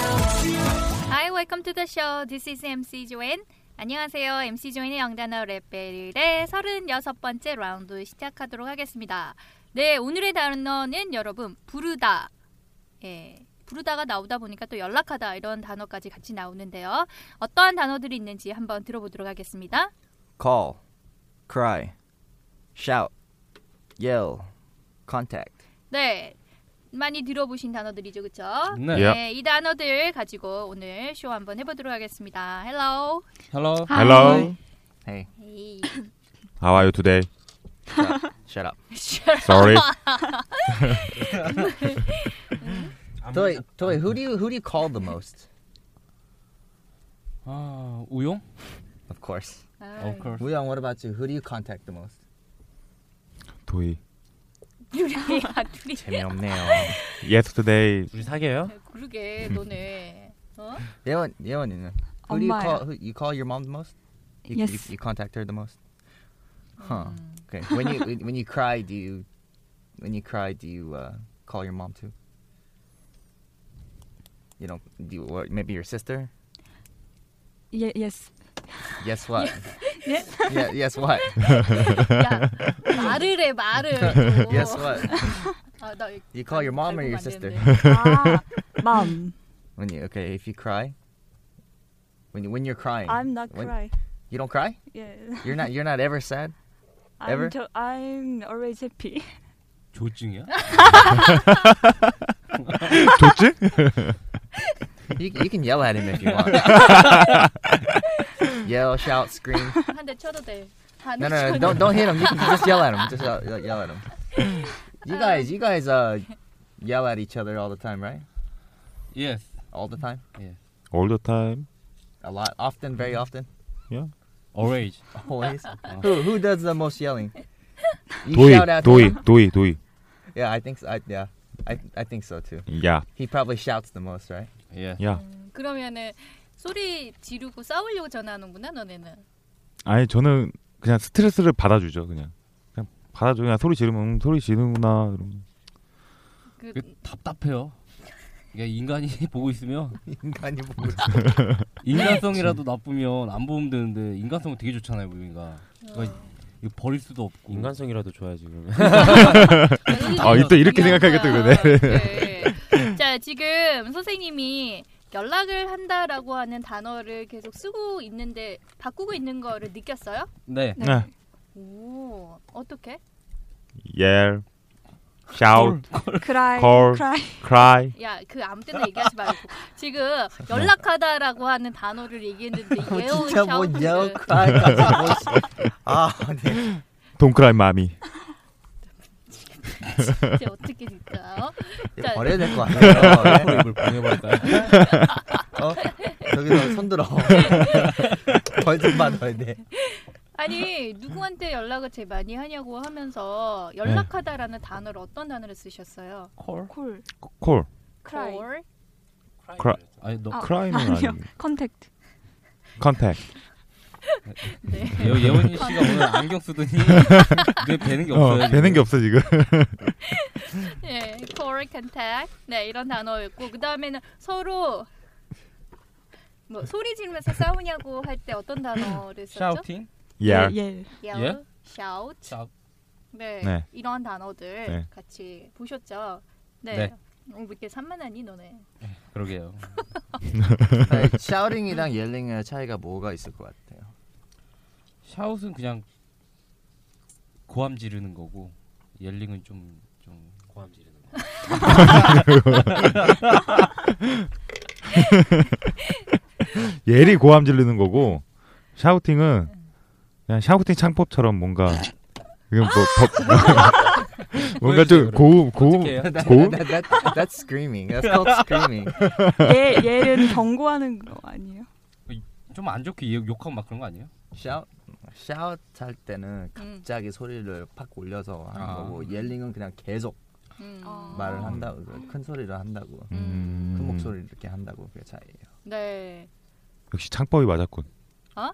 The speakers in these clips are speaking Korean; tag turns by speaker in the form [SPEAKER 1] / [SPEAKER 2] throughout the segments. [SPEAKER 1] Hi, welcome to the show. This is MC 조엔. 안녕하세요. MC 조엔의 영단어 랩벨의 36번째 라운드 시작하도록 하겠습니다. 네, 오늘의 단어는 여러분, 부르다. 예. 부르다가 나오다 보니까 또 연락하다 이런 단어까지 같이 나오는데요. 어떠한 단어들이 있는지 한번 들어보도록 하겠습니다.
[SPEAKER 2] call, cry, shout, yell, contact.
[SPEAKER 1] 네. 많이 들어보신 단어들이죠, 그렇죠?
[SPEAKER 3] 네.
[SPEAKER 1] 네, 이 단어들 가지고 오늘 쇼 한번 해보도록 하겠습니다. Hello.
[SPEAKER 3] Hello.
[SPEAKER 4] Hello.
[SPEAKER 2] Hey,
[SPEAKER 1] Hey.
[SPEAKER 4] How are you today?
[SPEAKER 2] shut up.
[SPEAKER 4] Sorry.
[SPEAKER 2] Toy, Toy, who do you who do you call the most?
[SPEAKER 3] 아, 우용?
[SPEAKER 2] Of course.
[SPEAKER 1] 아,
[SPEAKER 3] Of course.
[SPEAKER 2] Woo what about you? Who do you contact the most?
[SPEAKER 4] 도희.
[SPEAKER 1] 아, 둘이야, 둘이. 네,
[SPEAKER 2] 재미없네요.
[SPEAKER 4] Yesterday.
[SPEAKER 3] 우리 사귀어요?
[SPEAKER 4] 음.
[SPEAKER 1] 그러게 너네. 어?
[SPEAKER 2] 예원, 예원이는 who do you
[SPEAKER 5] 엄마예요.
[SPEAKER 2] call? Who, you call your mom the most? You, you-
[SPEAKER 5] Yes.
[SPEAKER 2] You, contact her the most? Huh. Okay. When you when you cry, do you when you cry do you uh, call your mom too? You know, do you, or maybe your sister?
[SPEAKER 5] Ye- yes.
[SPEAKER 2] Yes what?
[SPEAKER 1] 예?
[SPEAKER 2] yeah, yes what?
[SPEAKER 1] 야, 말을 해 말을. 또.
[SPEAKER 2] 음.
[SPEAKER 5] Oh.
[SPEAKER 2] Yes what?
[SPEAKER 1] 아, 나
[SPEAKER 2] You call your mom or your sister?
[SPEAKER 5] Ah, mom.
[SPEAKER 2] When you okay, if you cry, when you when you're crying,
[SPEAKER 5] I'm not
[SPEAKER 2] when-
[SPEAKER 5] cry.
[SPEAKER 2] You don't cry?
[SPEAKER 5] Yeah.
[SPEAKER 2] You're not you're not ever sad.
[SPEAKER 5] I'm
[SPEAKER 2] Ever?
[SPEAKER 5] to- I'm always happy.
[SPEAKER 3] 조증이야?
[SPEAKER 4] 좋지?
[SPEAKER 2] You, you can yell at him if you want. yell, shout, scream.
[SPEAKER 1] 한대 쳐도 돼.
[SPEAKER 2] No, no, no, don't don't hit him. You can just yell at him. Just yell, yell- yell at him. You guys, you guys uh yell at each other all the time, right?
[SPEAKER 3] Yes.
[SPEAKER 2] All the time?
[SPEAKER 4] All the time.
[SPEAKER 2] A lot, often, very often,
[SPEAKER 3] Orange.
[SPEAKER 2] always. who who does the most yelling? You
[SPEAKER 4] 도희.
[SPEAKER 2] shout at
[SPEAKER 4] 도희.
[SPEAKER 2] him.
[SPEAKER 4] 도희. 도희.
[SPEAKER 2] Yeah, I think so. I, yeah, I I think so too.
[SPEAKER 4] 야.
[SPEAKER 2] He probably shouts the most, right?
[SPEAKER 3] 예.
[SPEAKER 4] 야.
[SPEAKER 1] 그러면은 소리 지르고 싸우려고 전화하는구나 너네는.
[SPEAKER 4] 아니 저는 그냥 스트레스를 받아주죠. 그냥. 그냥 받아줘. 그냥 소리 지르면 음, 소리 지르구나. 이러면.
[SPEAKER 1] 그,
[SPEAKER 3] 그, 답답해요. 이게 인간이 보고 있으면
[SPEAKER 2] 인간이 보고
[SPEAKER 3] 인간성이라도 나쁘면 안 보면 되는데 인간성은 되게 좋잖아요, 보니까. 그러니까 이거 버릴 수도 없고.
[SPEAKER 6] 인간성이라도 줘야지 그러면.
[SPEAKER 4] 아, 이때 이렇게 생각하겠다, 그러네.
[SPEAKER 1] 그러네. 자, 지금 선생님이 연락을 한다라고 하는 단어를 계속 쓰고 있는데 바꾸고 있는 거를 느꼈어요?
[SPEAKER 3] 네.
[SPEAKER 5] 네.
[SPEAKER 4] 네.
[SPEAKER 1] 오, 어떻게?
[SPEAKER 4] Yell. Shout.
[SPEAKER 5] Cry.
[SPEAKER 4] Call.
[SPEAKER 5] Cry.
[SPEAKER 4] Cry.
[SPEAKER 1] 야, 그 아무 때나 얘기하지 말고 지금 연락하다라고 하는 단어를 얘기했는데 예언
[SPEAKER 2] 진짜 뭐 yell,
[SPEAKER 1] 샤우트.
[SPEAKER 2] cry 같이 뭐. 아, 네.
[SPEAKER 4] Don't cry, mommy.
[SPEAKER 1] 이제 어떻게 될까요? 자,
[SPEAKER 2] 버려야 네. 될
[SPEAKER 3] 네.
[SPEAKER 2] 것 같아요. 어, 예.
[SPEAKER 3] 이걸 보내버릴까요?
[SPEAKER 2] 어, 저기서 손 들어. 벌좀 받아야 돼.
[SPEAKER 1] 아니 누구한테 연락을 제일 많이 하냐고 하면서 연락하다라는 단어를 어떤 단어를 쓰셨어요?
[SPEAKER 3] 콜.
[SPEAKER 5] Cool.
[SPEAKER 4] Call.
[SPEAKER 5] Cry.
[SPEAKER 1] Call?
[SPEAKER 4] Cry.
[SPEAKER 3] 아니 너
[SPEAKER 5] 아,
[SPEAKER 4] Cry는
[SPEAKER 5] 아니요.
[SPEAKER 4] 아니고.
[SPEAKER 5] Contact.
[SPEAKER 4] Contact.
[SPEAKER 1] 네.
[SPEAKER 3] 예, 예원이 씨가 오늘 안경 쓰더니 눈에 뵈는 게
[SPEAKER 4] 어,
[SPEAKER 3] 없어요.
[SPEAKER 4] 되는 게 없어 지금.
[SPEAKER 1] 네, call contact. 네 이런 단어였고 그 다음에는 서로 뭐 소리 지르면서 싸우냐고 할 때 어떤 단어를 썼죠?
[SPEAKER 3] 샤우팅.
[SPEAKER 4] Yell.
[SPEAKER 5] Yeah.
[SPEAKER 1] yell,
[SPEAKER 3] 예?
[SPEAKER 1] shout.
[SPEAKER 3] 샤우.
[SPEAKER 1] 네,
[SPEAKER 4] 네.
[SPEAKER 1] 이런 단어들
[SPEAKER 4] 네.
[SPEAKER 1] 같이 보셨죠? 네.
[SPEAKER 3] 네.
[SPEAKER 1] 어, 왜 이렇게 산만하니 너네?
[SPEAKER 3] 그러게요.
[SPEAKER 2] 아니, 샤우링이랑 옐링의 차이가 뭐가 있을 것 같아요?
[SPEAKER 3] 샤웃은 그냥 고함 지르는 거고 옐링은 좀 좀 고함 지르는 거.
[SPEAKER 4] 예리 고함 지르는 거고 샤우팅은 그냥 샤우팅 창법처럼 뭔가 이건 뭐 더- 뭔가 좀 고음 고음
[SPEAKER 3] 어떻게 해요? 네,
[SPEAKER 2] That-
[SPEAKER 4] 고음
[SPEAKER 2] that- that- that- that's screaming. That's called screaming.
[SPEAKER 5] 얘 얘는 경고하는 거 아니에요?
[SPEAKER 3] 좀 안 좋게 욕- 욕하고 막 그런 거 아니에요?
[SPEAKER 2] Shout, shout 할
[SPEAKER 1] 음,
[SPEAKER 2] 때는 갑자기 소리를 팍 올려서 하는
[SPEAKER 3] 아.
[SPEAKER 2] 거고 옐링은 그냥 계속
[SPEAKER 1] 음.
[SPEAKER 2] 말을 한다고 큰 소리로 한다고
[SPEAKER 4] 음,
[SPEAKER 3] 그
[SPEAKER 2] 큰 목소리 이렇게 한다고 그게 차이예요.
[SPEAKER 1] 네.
[SPEAKER 4] 역시 창법이 맞았군
[SPEAKER 1] 어? 아.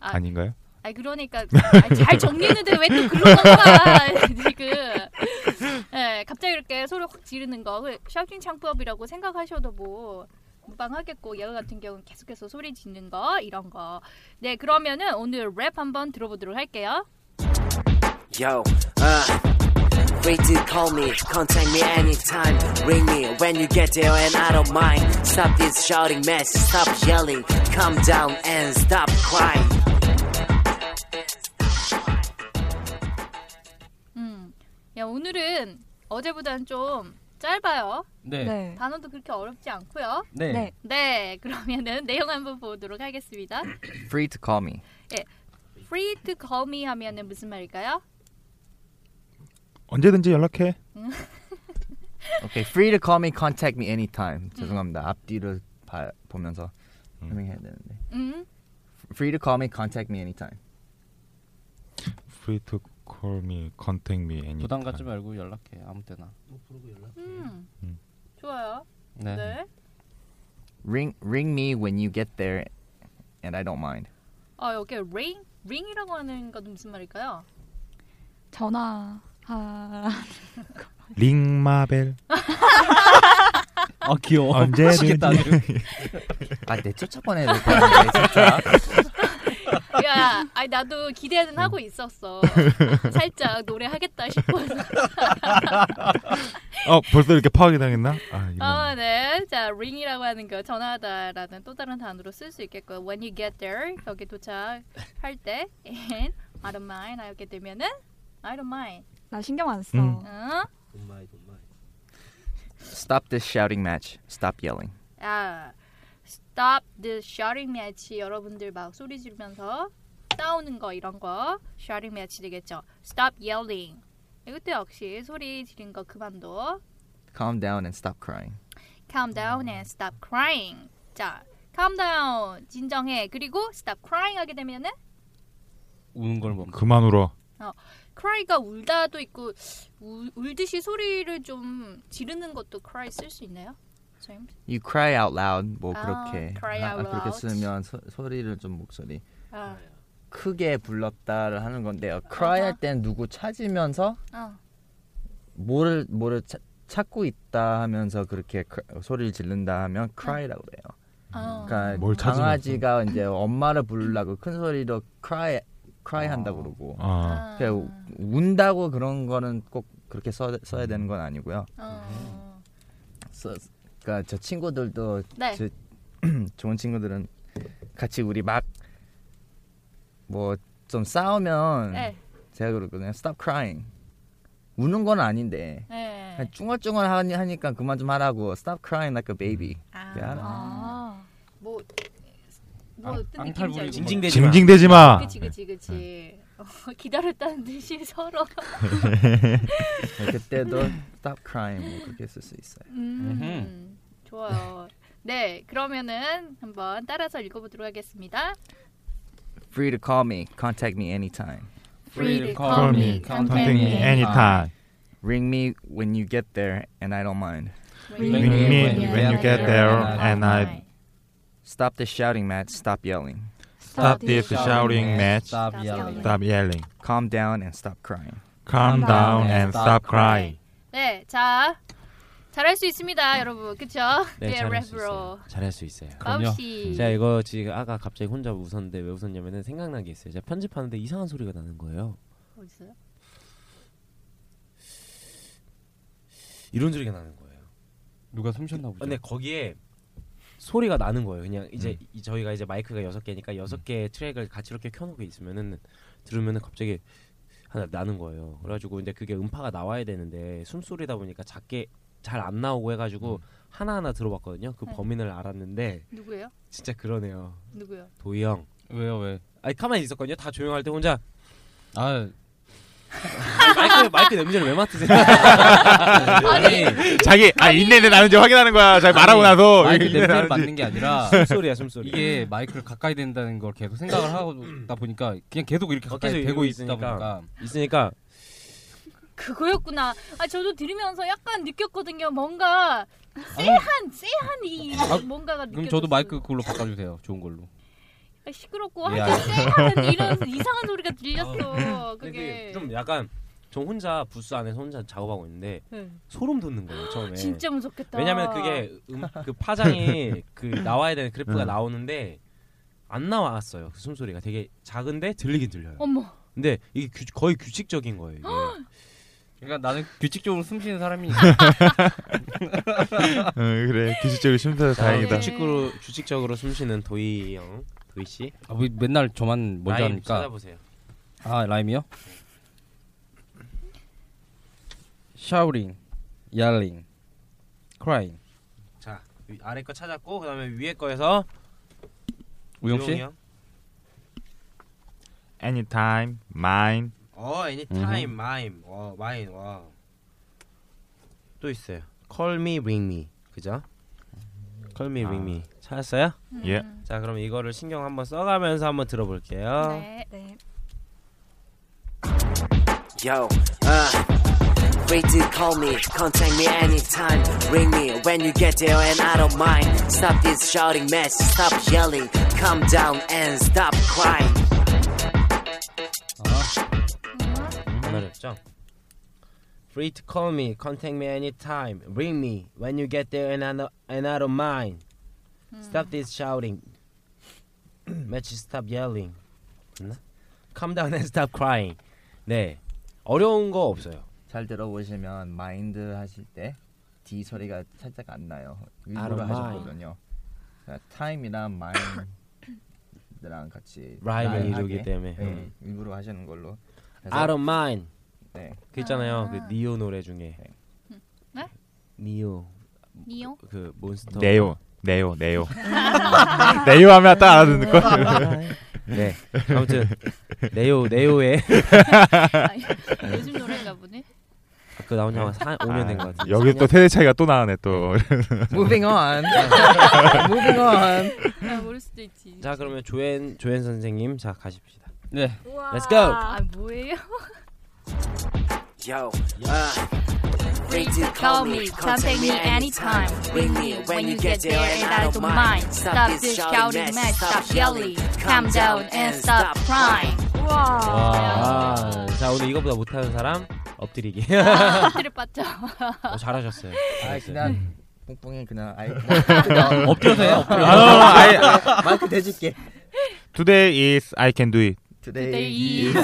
[SPEAKER 4] 아닌가요?
[SPEAKER 1] 아 그러니까 아, 잘 정리했는데 왜 또 글로 넘어가 지금? 네, 갑자기 이렇게 소리 확 지르는 거 그 샤우팅 창법이라고 생각하셔도 뭐 무방하겠고 얘 같은 경우는 계속해서 소리 짓는 거 이런 거. 네 그러면은 오늘 랩 한번 들어보도록 할게요.
[SPEAKER 6] Yo, uh, free to call me, contact me anytime. Ring me when you get there, and I don't mind. Stop this shouting mess, stop yelling, calm down and stop crying.
[SPEAKER 1] 음, 야 오늘은 어제보단 좀 짧아요.
[SPEAKER 3] 네.
[SPEAKER 5] 네.
[SPEAKER 1] 단어도 그렇게 어렵지 않고요.
[SPEAKER 3] 네.
[SPEAKER 5] 네.
[SPEAKER 1] 네 그러면은 내용 한번 보도록 하겠습니다.
[SPEAKER 2] Free to call me.
[SPEAKER 1] Free to call me 하면은 무슨 말일까요?
[SPEAKER 4] 언제든지 연락해
[SPEAKER 2] Okay, free to call me. Contact me anytime. 죄송합니다. 앞뒤를 봐, 보면서
[SPEAKER 4] 음.
[SPEAKER 2] 설명해야 되는데.
[SPEAKER 1] 음.
[SPEAKER 2] Free to call me. Contact me anytime.
[SPEAKER 4] Free to call me, contact me anytime
[SPEAKER 3] 부담 갖지 말고 연락해 아무 때나.
[SPEAKER 1] 음.
[SPEAKER 4] 음.
[SPEAKER 1] 좋아요.
[SPEAKER 3] 네.
[SPEAKER 1] 네.
[SPEAKER 2] Ring ring me when you get there, and I don't mind.
[SPEAKER 1] 아 여기 ring ring이라고 하는 건 무슨 말일까요?
[SPEAKER 5] 전화 아
[SPEAKER 4] 링마벨
[SPEAKER 3] 아 귀여워.
[SPEAKER 4] 언제든지
[SPEAKER 3] 미치겠다, 아주.
[SPEAKER 2] 아내 쫓아보내야 될것 같은데 진짜.
[SPEAKER 1] 야, 아니 나도 기대는 하고 있었어. 살짝 노래 하겠다 싶어서.
[SPEAKER 4] 어 벌써 이렇게 파악이 당했나? 아 이거
[SPEAKER 1] 어, 네. 자, ring이라고 하는 거 전화하다라는 또 다른 단어로 쓸 수 있겠고, when you get there 여기 도착할 때, and I don't mind 이렇게 되면은 I don't mind.
[SPEAKER 5] 나 신경 안 써.
[SPEAKER 4] 음.
[SPEAKER 1] 응?
[SPEAKER 2] Stop this shouting match. Stop yelling.
[SPEAKER 1] 아, stop the shouting match. 여러분들 막 소리 지르면서 싸우는 거 이런 거 shouting match 되겠죠. stop yelling. 이것도 역시 소리 지른 거 그만둬.
[SPEAKER 2] Calm down and stop crying.
[SPEAKER 1] calm down and stop crying. 자, calm down. 진정해. 그리고 stop crying 하게 되면은
[SPEAKER 3] 우는 걸 뭐. 멈.
[SPEAKER 4] 그만 울어
[SPEAKER 1] cry가 울다도 있고 울, 울듯이 소리를 좀 지르는 것도 cry 쓸 수 있나요? 선생님?
[SPEAKER 2] You cry out loud. 뭐
[SPEAKER 1] 아,
[SPEAKER 2] 그렇게
[SPEAKER 1] cry
[SPEAKER 2] 아,
[SPEAKER 1] out
[SPEAKER 2] 그렇게
[SPEAKER 1] loud.
[SPEAKER 2] 쓰면 소, 소리를 좀 목소리
[SPEAKER 1] 아,
[SPEAKER 2] 크게 불렀다를 하는 건데요. Cry 할 땐 누구 찾으면서
[SPEAKER 1] 어.
[SPEAKER 2] 뭐를 뭐를 찾- 찾고 있다 하면서 그렇게 크- 소리를 지른다 하면 cry라고 그래요.
[SPEAKER 1] 어.
[SPEAKER 2] 그러니까
[SPEAKER 4] 뭘 찾으면서?
[SPEAKER 2] 강아지가 이제 엄마를 부르려고 큰 소리로 cry cry 한다고 그러고
[SPEAKER 4] 아
[SPEAKER 1] 아,
[SPEAKER 2] 그러니까 우- 운다고 그런 거는 꼭 그렇게 써, 써야 되는 건 아니고요.
[SPEAKER 1] 어.
[SPEAKER 2] 써, 그러니까 저 친구들도
[SPEAKER 1] 네.
[SPEAKER 2] 저- 좋은 친구들은 같이 우리 막 뭐 좀 싸우면
[SPEAKER 1] 네.
[SPEAKER 2] 제가 그러거든요. Stop crying. 우는 건 아닌데
[SPEAKER 1] 네.
[SPEAKER 2] 그냥 쭝얼쭝얼 하니- 하니까 그만 좀 하라고. Stop crying like a baby.
[SPEAKER 1] 아.
[SPEAKER 2] 미안해.
[SPEAKER 5] 아.
[SPEAKER 1] 뭐, 뭐
[SPEAKER 3] 앙-
[SPEAKER 1] 어떤
[SPEAKER 3] 앙탈
[SPEAKER 1] 느낌인지
[SPEAKER 3] 부리고
[SPEAKER 1] 알지?
[SPEAKER 3] 징징대-
[SPEAKER 4] 징징대지 마
[SPEAKER 1] 그치 그치 그치. 어, 기다렸다는 듯이 서로.
[SPEAKER 2] 네, 그때도 stop crying 뭐 그렇게 쓸 수 있어요.
[SPEAKER 1] 음, 좋아요. 네, 그러면은 한번 따라서 읽어보도록 하겠습니다.
[SPEAKER 2] Free to call me. Contact me anytime.
[SPEAKER 1] Free to
[SPEAKER 4] call me,
[SPEAKER 1] contact
[SPEAKER 4] contact me anytime
[SPEAKER 2] Ring me when you get there and I don't mind.
[SPEAKER 4] Ring me when you get there and I
[SPEAKER 2] Stop the shouting, Matt. Stop yelling.
[SPEAKER 4] stop this shouting match
[SPEAKER 3] Stop yelling.
[SPEAKER 4] stop yelling
[SPEAKER 2] Calm down and stop crying.
[SPEAKER 4] calm down and stop crying
[SPEAKER 1] 네, 자 잘할 수 있습니다, 여러분. 그쵸?
[SPEAKER 7] 네, 잘할 수
[SPEAKER 1] 랩으로.
[SPEAKER 7] 있어요. 잘할 수 있어요.
[SPEAKER 3] 그럼요.
[SPEAKER 1] 마우씨.
[SPEAKER 7] 제가 이거 지금 아까 갑자기 혼자 웃었는데 왜 웃었냐면은 생각난 게 있어요. 제가 편집하는데 이상한 소리가 나는 거예요.
[SPEAKER 1] 어딨어요?
[SPEAKER 7] 이런 소리가 나는 거예요.
[SPEAKER 3] 누가 숨 쉬었나 보죠.
[SPEAKER 7] 근데 거기에 소리가 나는 거예요. 그냥 이제
[SPEAKER 4] 음.
[SPEAKER 7] 이- 저희가 이제 마이크가 여섯 개니까 여섯 개 트랙을 같이 이렇게 켜놓고 있으면은 들으면은 갑자기 하나 나는 거예요. 그래가지고 이제 그게 음파가 나와야 되는데 숨소리다 보니까 작게 잘 안 나오고 해가지고 하나 하나 들어봤거든요. 그
[SPEAKER 1] 네.
[SPEAKER 7] 범인을 알았는데
[SPEAKER 1] 누구예요?
[SPEAKER 7] 진짜 그러네요.
[SPEAKER 1] 누구요?
[SPEAKER 7] 도희 형.
[SPEAKER 3] 왜요 왜?
[SPEAKER 7] 아니 가만히 있었거든요. 다 조용할 때 혼자
[SPEAKER 3] 아
[SPEAKER 7] 마이크 마이크 냄새를 왜 맡으세요?
[SPEAKER 1] 아니
[SPEAKER 4] 자기 아 인내는 나는지 확인하는 거야. 자기 말하고 나서
[SPEAKER 3] 네, 마이크
[SPEAKER 4] 인내 나는지.
[SPEAKER 3] 냄새를 맡는 게 아니라
[SPEAKER 7] 숨소리야 숨소리.
[SPEAKER 3] 이게 마이크를 가까이 된다는 걸 계속 생각을 하다 보니까 그냥 계속 이렇게
[SPEAKER 7] 어,
[SPEAKER 3] 가까이
[SPEAKER 7] 계속
[SPEAKER 3] 되고
[SPEAKER 7] 이러고
[SPEAKER 3] 있다 보니까
[SPEAKER 7] 있으니까
[SPEAKER 1] 그거였구나. 아 저도 들으면서 약간 느꼈거든요. 뭔가 쎄한 쎄한 이
[SPEAKER 3] 아,
[SPEAKER 1] 뭔가가
[SPEAKER 3] 그럼
[SPEAKER 1] 느껴졌어요.
[SPEAKER 3] 저도 마이크 그걸로 바꿔주세요. 좋은 걸로.
[SPEAKER 1] 아, 시끄럽고
[SPEAKER 3] 예,
[SPEAKER 1] 하여튼 쎄한 이런 이상한 소리가
[SPEAKER 7] 근데
[SPEAKER 1] 들렸어. 그게
[SPEAKER 7] 좀 약간 저 혼자 부스 안에서 혼자 작업하고 있는데
[SPEAKER 1] 네.
[SPEAKER 7] 소름 돋는 거예요 처음에.
[SPEAKER 1] 진짜 무섭겠다.
[SPEAKER 7] 네. 아. 왜냐면 그게 음, 그 파장이 그 나와야 되는 그래프가 나오는데 안 나왔어요. 그 숨소리가 되게 작은데 들리긴 들려요.
[SPEAKER 1] 어머
[SPEAKER 7] 근데 이게 규- 거의 규칙적인 거예요. 이게.
[SPEAKER 3] 그러니까 나는 규칙적으로 숨쉬는 사람이니까.
[SPEAKER 4] 어, 그래 기술적으로 심사해서 다행이다.
[SPEAKER 1] 네.
[SPEAKER 7] 규칙으로 규칙적으로 숨쉬는 도희 형, 도희 씨.
[SPEAKER 3] 아, 왜 맨날 저만 먼저
[SPEAKER 7] 라임
[SPEAKER 3] 합니까?
[SPEAKER 7] 찾아보세요.
[SPEAKER 3] 아 라임이요? 샤우링, 얄링, 크라잉.
[SPEAKER 7] 자 위- 아래 거 찾았고 그다음에 위에 거에서
[SPEAKER 3] 우영 씨?
[SPEAKER 7] 유용이 형.
[SPEAKER 4] Anytime, mine.
[SPEAKER 7] 어, anytime, mime. 와, mine. 와. 또 있어요. Call me, ring me. 그죠? Call me, ring me. 찾았어요?
[SPEAKER 4] 예.
[SPEAKER 7] 자, 그럼 이거를 신경 한번 써가면서 한번 들어볼게요.
[SPEAKER 1] 네.
[SPEAKER 5] 네.
[SPEAKER 6] Yo, uh, free to call me, contact me anytime. Ring me when you get there, and I don't mind. Stop this shouting mess, stop yelling, calm down and stop crying.
[SPEAKER 7] 안 어렵죠? 어, Free to call me, contact me anytime. Ring me when you get there, and I, no- and I don't mind. Stop this shouting. Match stop yelling. 맞나? Calm down and stop crying. 네, 어려운 거 없어요.
[SPEAKER 2] 잘 들어보시면 마인드 하실 때 D 소리가 살짝 안 나요.
[SPEAKER 7] out
[SPEAKER 2] 일부러
[SPEAKER 7] of mind.
[SPEAKER 2] 하셨거든요. 그러니까 타임이랑 마인드랑 같이
[SPEAKER 7] 라임을
[SPEAKER 2] 나열하게,
[SPEAKER 7] 이루기 때문에.
[SPEAKER 2] 네,
[SPEAKER 7] 음.
[SPEAKER 2] 일부러 하시는 걸로. 그래서
[SPEAKER 7] Out of mind.
[SPEAKER 2] 네.
[SPEAKER 7] 그 있잖아요.
[SPEAKER 1] 아.
[SPEAKER 7] 그 니오 노래 중에.
[SPEAKER 1] 네?
[SPEAKER 7] 니오
[SPEAKER 1] 니오
[SPEAKER 7] 그 몬스터.
[SPEAKER 4] 네요, 네요, 네요. 네요 하면 딱 알아듣는 걸.
[SPEAKER 7] 네. 아무튼 네오 네오의
[SPEAKER 1] 아, 요즘 노래인가 보네.
[SPEAKER 7] 그 나온 영화 4, 5년 된 것 같은데.
[SPEAKER 4] 아, 여기 또 세대 차이가 또 나네 또.
[SPEAKER 2] Moving on. Moving on.
[SPEAKER 1] 아, 모를 수도 있지.
[SPEAKER 7] 자 그러면 조엔 조엔 선생님 자 가십시다.
[SPEAKER 3] 네.
[SPEAKER 7] Let's go.
[SPEAKER 1] 아 뭐예요?
[SPEAKER 6] Yo, uh, free to call me, contact me anytime. Ring me when you get there, and I don't mind. Stop this shouting mess, stop yelling, calm down and stop crying.
[SPEAKER 5] 우와.
[SPEAKER 7] 아, 자 오늘 이거보다 못하는 사람 엎드리기.
[SPEAKER 1] 트를 봤죠.
[SPEAKER 7] 어, 잘하셨어요.
[SPEAKER 2] 아
[SPEAKER 7] 잘했어요.
[SPEAKER 2] 그냥 뿡뿡이 그냥 아, 아이
[SPEAKER 3] 엎드려서 해요. 엎드려.
[SPEAKER 2] 아, 마이크 대줄게.
[SPEAKER 4] Today is I can do it.
[SPEAKER 1] 그때
[SPEAKER 2] Today.
[SPEAKER 1] 이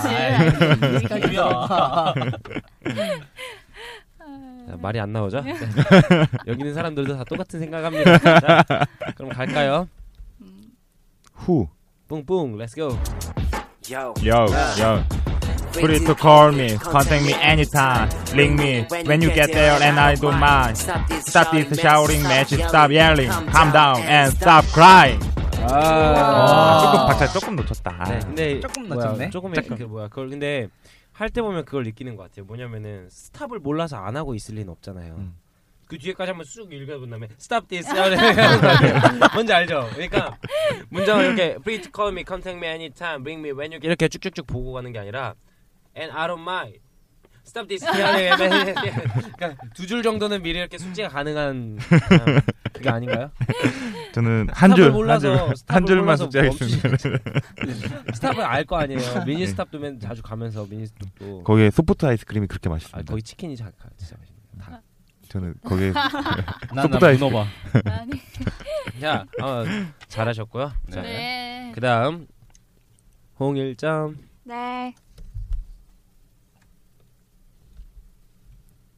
[SPEAKER 7] 자, 말이 안 나오죠? 네. 여기 있는 사람들도 다 똑같은 생각합니다. 자, 그럼 갈까요?
[SPEAKER 4] Who?
[SPEAKER 7] 뿡뿡 렛츠 고.
[SPEAKER 6] Yo,
[SPEAKER 4] Yo, yo. Free to call me, contact me anytime. Ring me when you get there, and I don't mind. Stop this shouting match, stop yelling, calm down and stop crying. 아. 조금 박자 조금 놓쳤다.
[SPEAKER 7] 네, 근데
[SPEAKER 2] 조금
[SPEAKER 7] 뭐야,
[SPEAKER 2] 낮췄네?
[SPEAKER 7] 조금 그 뭐야 그걸 근데 할 때 보면 그걸 느끼는 것 같아요. 뭐냐면은 스탑을 몰라서 안 하고 있을 리는 없잖아요. 그 뒤에까지 한번 쑥 읽어본 다음에 stop this 뭔지 알죠? 그러니까 문장을 이렇게 free to call me, contact me anytime, bring me when you 이렇게 쭉쭉쭉 보고 가는 게 아니라 and I don't mind. Stop this. 그러니까 두 줄 정도는 미리 이렇게 숙지가 가능한 그냥 그게 아닌가요?
[SPEAKER 4] 저는
[SPEAKER 7] 스탑을
[SPEAKER 4] 한줄한 줄 한
[SPEAKER 7] 몰라서, 스탑을
[SPEAKER 4] 줄만
[SPEAKER 7] 몰라서
[SPEAKER 4] 숙제하겠습니다.
[SPEAKER 7] 스탑은 알 거 아니에요. 미니 스탑도 맨 자주 가면서 미니 스탑도
[SPEAKER 4] 거기에 소프트 아이스크림이 그렇게
[SPEAKER 7] 아,
[SPEAKER 4] 맛있습니다.
[SPEAKER 7] 거기 치킨이 자, 가- 진짜 맛있네요. 다.
[SPEAKER 4] 저는 거기에
[SPEAKER 3] 난나
[SPEAKER 4] 속보다
[SPEAKER 3] 문어봐.
[SPEAKER 1] 아니.
[SPEAKER 7] 자, 어, 잘하셨고요. 자,
[SPEAKER 1] 네.
[SPEAKER 7] 그다음 홍일점
[SPEAKER 5] 네.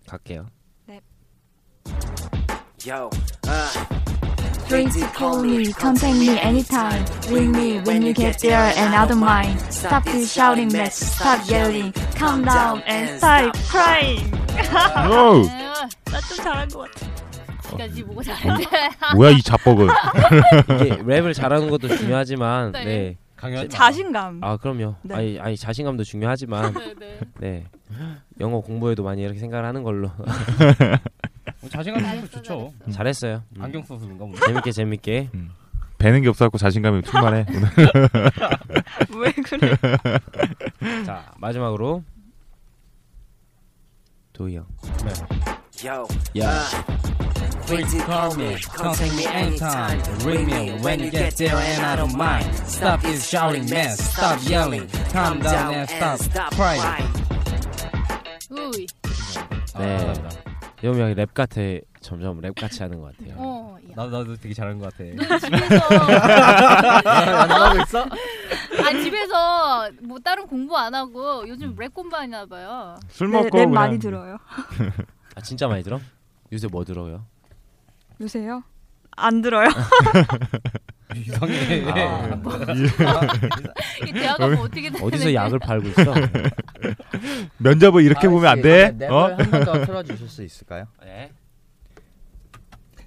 [SPEAKER 7] 갈게요.
[SPEAKER 6] Yo, uh,
[SPEAKER 5] Free to call me, contact me anytime. Ring me when you get there and out of mind. Stop this shouting match, stop yelling. Calm down and stop crying.
[SPEAKER 4] 오,
[SPEAKER 5] 나 좀 잘한 것 같아.
[SPEAKER 1] 여기까지 보고 잘하는데.
[SPEAKER 4] 뭐야 이 자뻑은.
[SPEAKER 7] 이게 랩을 잘하는 것도 중요하지만
[SPEAKER 1] 네.
[SPEAKER 7] 네.
[SPEAKER 3] 강요하지 마.
[SPEAKER 5] 자신감.
[SPEAKER 7] 아 그럼요.
[SPEAKER 5] 네.
[SPEAKER 7] 아니 아니 자신감도 중요하지만
[SPEAKER 1] 네, 네.
[SPEAKER 7] 네 영어 공부에도 많이 이렇게 생각을 하는 걸로
[SPEAKER 3] 어, 자신감 있으면
[SPEAKER 1] 잘했어,
[SPEAKER 3] 좋죠.
[SPEAKER 7] 잘했어요. 음.
[SPEAKER 3] 안경 써서 그런가 보네.
[SPEAKER 7] 재밌게 재밌게
[SPEAKER 4] 배는 게 없어갖고 자신감이 충만해. 오늘.
[SPEAKER 5] 왜 그래?
[SPEAKER 7] 자 마지막으로 도희 형. 네.
[SPEAKER 6] Yo,
[SPEAKER 3] 야.
[SPEAKER 6] free to call me, contact me anytime. Ring me when you get there and I don't mind. Stop this shouting mess, stop yelling. Calm down and stop crying.
[SPEAKER 1] 우이.
[SPEAKER 7] 네.
[SPEAKER 3] 아, 감사합니다.
[SPEAKER 7] 여우 형이 랩 같아 점점 랩 같이 하는 것 같아요.
[SPEAKER 1] 어. 야.
[SPEAKER 3] 나도 나도 되게 잘하는 것 같아.
[SPEAKER 1] 너 집에서
[SPEAKER 2] 하고 네, 있어?
[SPEAKER 1] 아 집에서 뭐 다른 공부 안 하고 요즘 랩 공부하나 봐요.
[SPEAKER 4] 술
[SPEAKER 5] 네,
[SPEAKER 4] 먹고 뭐
[SPEAKER 5] 랩
[SPEAKER 4] 그냥
[SPEAKER 5] 많이 들어요.
[SPEAKER 7] 아 진짜 많이 들어? 요새 뭐 들어요?
[SPEAKER 5] 요새요? 안 들어요.
[SPEAKER 3] 이상해.
[SPEAKER 7] 아,
[SPEAKER 1] 이 대화가 뭐 어떻게 되는
[SPEAKER 7] 어디서 약을 팔고 있어?
[SPEAKER 4] 면접을 이렇게 보면 안 돼.
[SPEAKER 2] 아, 네, 랩을
[SPEAKER 4] 어?
[SPEAKER 2] 한번 더 틀어주실 수 있을까요?
[SPEAKER 3] 네.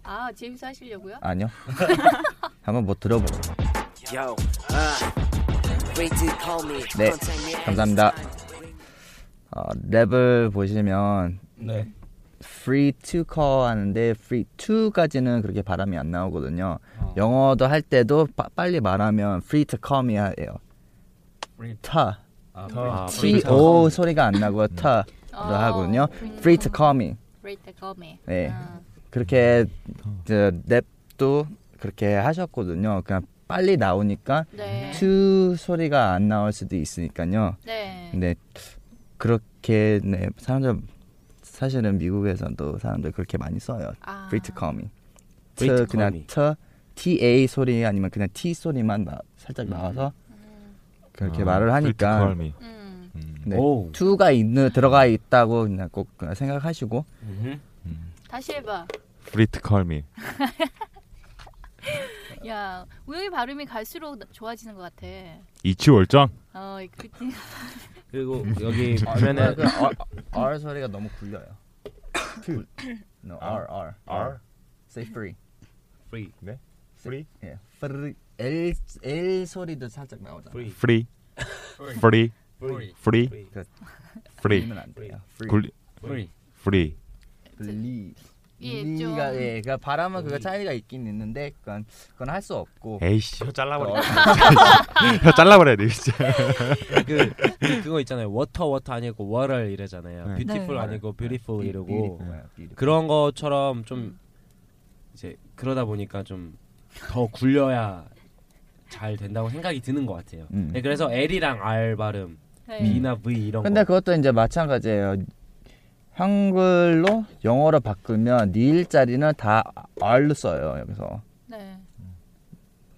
[SPEAKER 1] 아 재밌어 하시려고요?
[SPEAKER 2] 아니요. 한번 뭐 들어보.
[SPEAKER 6] Yo, uh, free to call me,
[SPEAKER 2] 네,
[SPEAKER 6] contact me
[SPEAKER 2] 감사합니다.
[SPEAKER 6] anytime.
[SPEAKER 2] 어, 랩을 보시면
[SPEAKER 3] 네.
[SPEAKER 2] free to call 하는데 free to까지는 그렇게 발음이 안 나오거든요.
[SPEAKER 3] 어.
[SPEAKER 2] 영어도 할 때도 빠- 빨리 말하면 free to call me 해요.
[SPEAKER 3] Free
[SPEAKER 2] 타
[SPEAKER 3] 아,
[SPEAKER 7] 아,
[SPEAKER 2] T O 소리가 안 나고요. 타로
[SPEAKER 1] 어,
[SPEAKER 2] 하거든요. free to call me.
[SPEAKER 1] Free to call me.
[SPEAKER 2] 네.
[SPEAKER 1] 아,
[SPEAKER 2] 그렇게 저 랩도 그렇게 하셨거든요. 그냥 빨리 나오니까
[SPEAKER 1] 네.
[SPEAKER 2] to 소리가 안 나올 수도 있으니까요.
[SPEAKER 1] 네.
[SPEAKER 2] 근데 그렇게 네, 사람들 사실은 미국에서도 사람들 그렇게 많이 써요.
[SPEAKER 1] 아.
[SPEAKER 2] free to call me.
[SPEAKER 7] Free to call
[SPEAKER 2] 트 그냥
[SPEAKER 7] me.
[SPEAKER 2] 트 T A 소리 아니면 그냥 T 소리만 나, 살짝 나와서 그렇게 말을
[SPEAKER 4] 아, Free to call
[SPEAKER 2] 하니까
[SPEAKER 4] me.
[SPEAKER 1] 음.
[SPEAKER 4] 음.
[SPEAKER 2] 네,
[SPEAKER 7] 오.
[SPEAKER 2] to가 있는 들어가 있다고 그냥 꼭 그냥 생각하시고
[SPEAKER 1] 다시 해봐.
[SPEAKER 4] Free to call me.
[SPEAKER 1] 야 우영이 발음이 갈수록 나- 좋아지는 것 같아.
[SPEAKER 4] 이치월장.
[SPEAKER 1] 어, 그,
[SPEAKER 7] 그리고
[SPEAKER 6] 음.
[SPEAKER 7] 여기
[SPEAKER 6] 아, 네.
[SPEAKER 7] 보면은
[SPEAKER 3] 아,
[SPEAKER 6] 어,
[SPEAKER 2] R, R 소리가 너무 굴려요. no R R R say free
[SPEAKER 7] Free.
[SPEAKER 4] 네? Free?
[SPEAKER 2] 예 free L L 소리도 살짝 나오잖아.
[SPEAKER 7] Free.
[SPEAKER 4] Free. Free. Free. Free.
[SPEAKER 2] 굴리면 안 돼요. free
[SPEAKER 4] 굴리-
[SPEAKER 3] Free.
[SPEAKER 4] Free.
[SPEAKER 2] free
[SPEAKER 1] 예,
[SPEAKER 2] 리가
[SPEAKER 1] 좀.
[SPEAKER 2] 예 그러니까 바람은 그거 차이가 있긴 있는데 그건 그건 할 수 없고
[SPEAKER 4] 에이씨 혀 잘라버려.
[SPEAKER 2] 어,
[SPEAKER 4] 혀 잘라버려야 돼 진짜.
[SPEAKER 7] 그 그거 있잖아요. 워터 워터 아니고 워럴 이러잖아요.
[SPEAKER 4] 네.
[SPEAKER 7] 뷰티풀
[SPEAKER 5] 네.
[SPEAKER 7] 아니고 뷰티풀 이러고
[SPEAKER 2] beautiful, beautiful.
[SPEAKER 7] 그런 것처럼 좀 이제 그러다 보니까 좀 더 굴려야 잘 된다고 생각이 드는 것 같아요.
[SPEAKER 2] 음.
[SPEAKER 7] 네, 그래서 L이랑 R 발음,
[SPEAKER 1] 네.
[SPEAKER 7] B나 V 이런
[SPEAKER 2] 근데
[SPEAKER 7] 거.
[SPEAKER 2] 그것도 이제 마찬가지예요. 한글로 영어로 바꾸면 니 일자리는 다 R로 써요. 여기서
[SPEAKER 1] 네.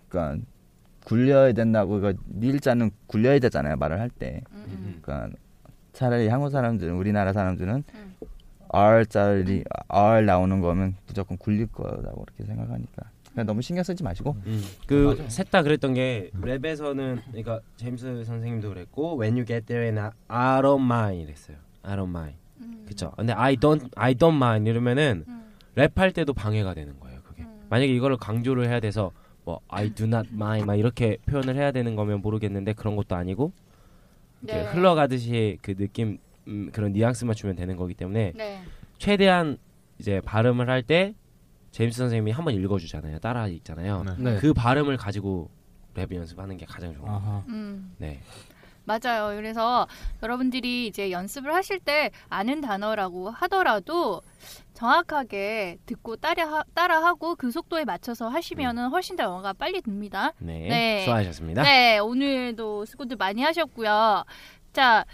[SPEAKER 2] 그러니까 굴려야 된다고 그니 일자는 굴려야 되잖아요. 말을 할 때.
[SPEAKER 1] 음,
[SPEAKER 2] 그러니까 차라리 한국 사람들은 우리나라 사람들은
[SPEAKER 1] 음.
[SPEAKER 2] R 자리 R 나오는 거면 무조건 굴릴 거라고 그렇게 생각하니까. 그냥 너무 신경 쓰지 마시고.
[SPEAKER 7] 그 셋 다 그랬던 게 랩에서는 그러니까 제임스 선생님도 그랬고 When you get there and I don't mind 이랬어요. I don't mind.
[SPEAKER 1] 음.
[SPEAKER 7] 그쵸? 근데 I don't I don't mind 이러면은
[SPEAKER 1] 음.
[SPEAKER 7] 랩할 때도 방해가 되는 거예요. 그게 만약에 이거를 강조를 해야 돼서 뭐 I do not mind 막 이렇게 표현을 해야 되는 거면 모르겠는데 그런 것도 아니고 이렇게
[SPEAKER 1] 네.
[SPEAKER 7] 흘러가듯이 그 느낌 음, 그런 뉘앙스만 주면 되는 거기 때문에
[SPEAKER 1] 네.
[SPEAKER 7] 최대한 이제 발음을 할 때 제임스 선생님이 한번 읽어주잖아요. 따라 읽잖아요.
[SPEAKER 3] 네.
[SPEAKER 7] 그 발음을 가지고 랩 연습하는 게 가장 좋은 거.
[SPEAKER 2] 어.
[SPEAKER 3] 아하.
[SPEAKER 1] 음.
[SPEAKER 7] 네.
[SPEAKER 1] 맞아요. 그래서 여러분들이 이제 연습을 하실 때 아는 단어라고 하더라도 정확하게 듣고 따라 따라하고 그 속도에 맞춰서 하시면은 훨씬 더 영어가 빨리 됩니다.
[SPEAKER 7] 네.
[SPEAKER 1] 네.
[SPEAKER 7] 수고하셨습니다.
[SPEAKER 1] 네, 오늘도 수고들 많이 하셨고요. 자,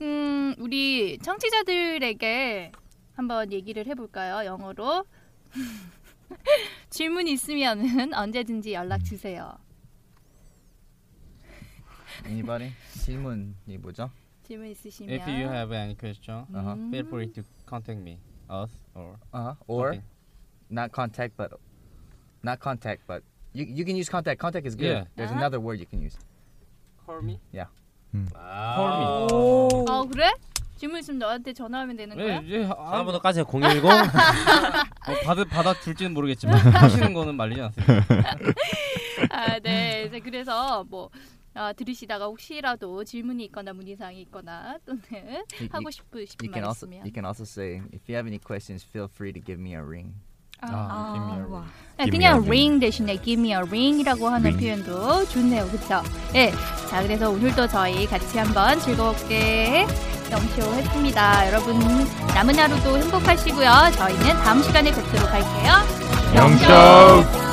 [SPEAKER 1] 음, 우리 청취자들에게 한번 얘기를 해볼까요? 영어로 질문 있으면은 언제든지 연락 주세요.
[SPEAKER 2] 이번에 질문이 뭐죠?
[SPEAKER 1] 질문 있으시면.
[SPEAKER 3] If you have any question,
[SPEAKER 2] 아하.
[SPEAKER 3] Uh-huh.
[SPEAKER 6] 음.
[SPEAKER 3] feel free to contact me, us or
[SPEAKER 2] Uh-huh. Or
[SPEAKER 3] Okay.
[SPEAKER 2] not contact, but Not contact, but you, you can use contact. Contact is good.
[SPEAKER 3] Yeah.
[SPEAKER 2] There's
[SPEAKER 1] Uh-huh.
[SPEAKER 2] another word you can use.
[SPEAKER 7] Call me?
[SPEAKER 2] Yeah.
[SPEAKER 4] 음.
[SPEAKER 7] 아.
[SPEAKER 1] 아 그래? 질문 있으면 너한테 전화하면 되는 거야?
[SPEAKER 3] 예, 예, 아,
[SPEAKER 7] 전화번호 까세요. 010.
[SPEAKER 3] 어, 받아 받아 줄지는 모르겠지만 하시는 거는 말리지 않습니다.
[SPEAKER 1] 아, 네. 이제 그래서 뭐 아, 들으시다가 혹시라도 질문이 있거나 문의사항이 있거나 또는
[SPEAKER 2] You,
[SPEAKER 1] 하고
[SPEAKER 2] you-
[SPEAKER 1] 싶으 싶은
[SPEAKER 2] you can
[SPEAKER 1] 말
[SPEAKER 2] also
[SPEAKER 1] 있으면
[SPEAKER 2] you can also say if you have any questions, feel free to give me a ring.
[SPEAKER 1] 아,
[SPEAKER 8] 와.
[SPEAKER 1] 네,
[SPEAKER 4] Give me
[SPEAKER 1] 그냥
[SPEAKER 4] a
[SPEAKER 1] ring 대신에 give me a ring이라고 하는 표현도 좋네요. 그렇죠? 예. 자, 그래서 오늘도 저희 같이 한번 즐겁게 넘쇼 했습니다. 여러분 남은 하루도 행복하시고요. 저희는 다음 시간에 뵙도록 할게요.
[SPEAKER 4] 영쇼.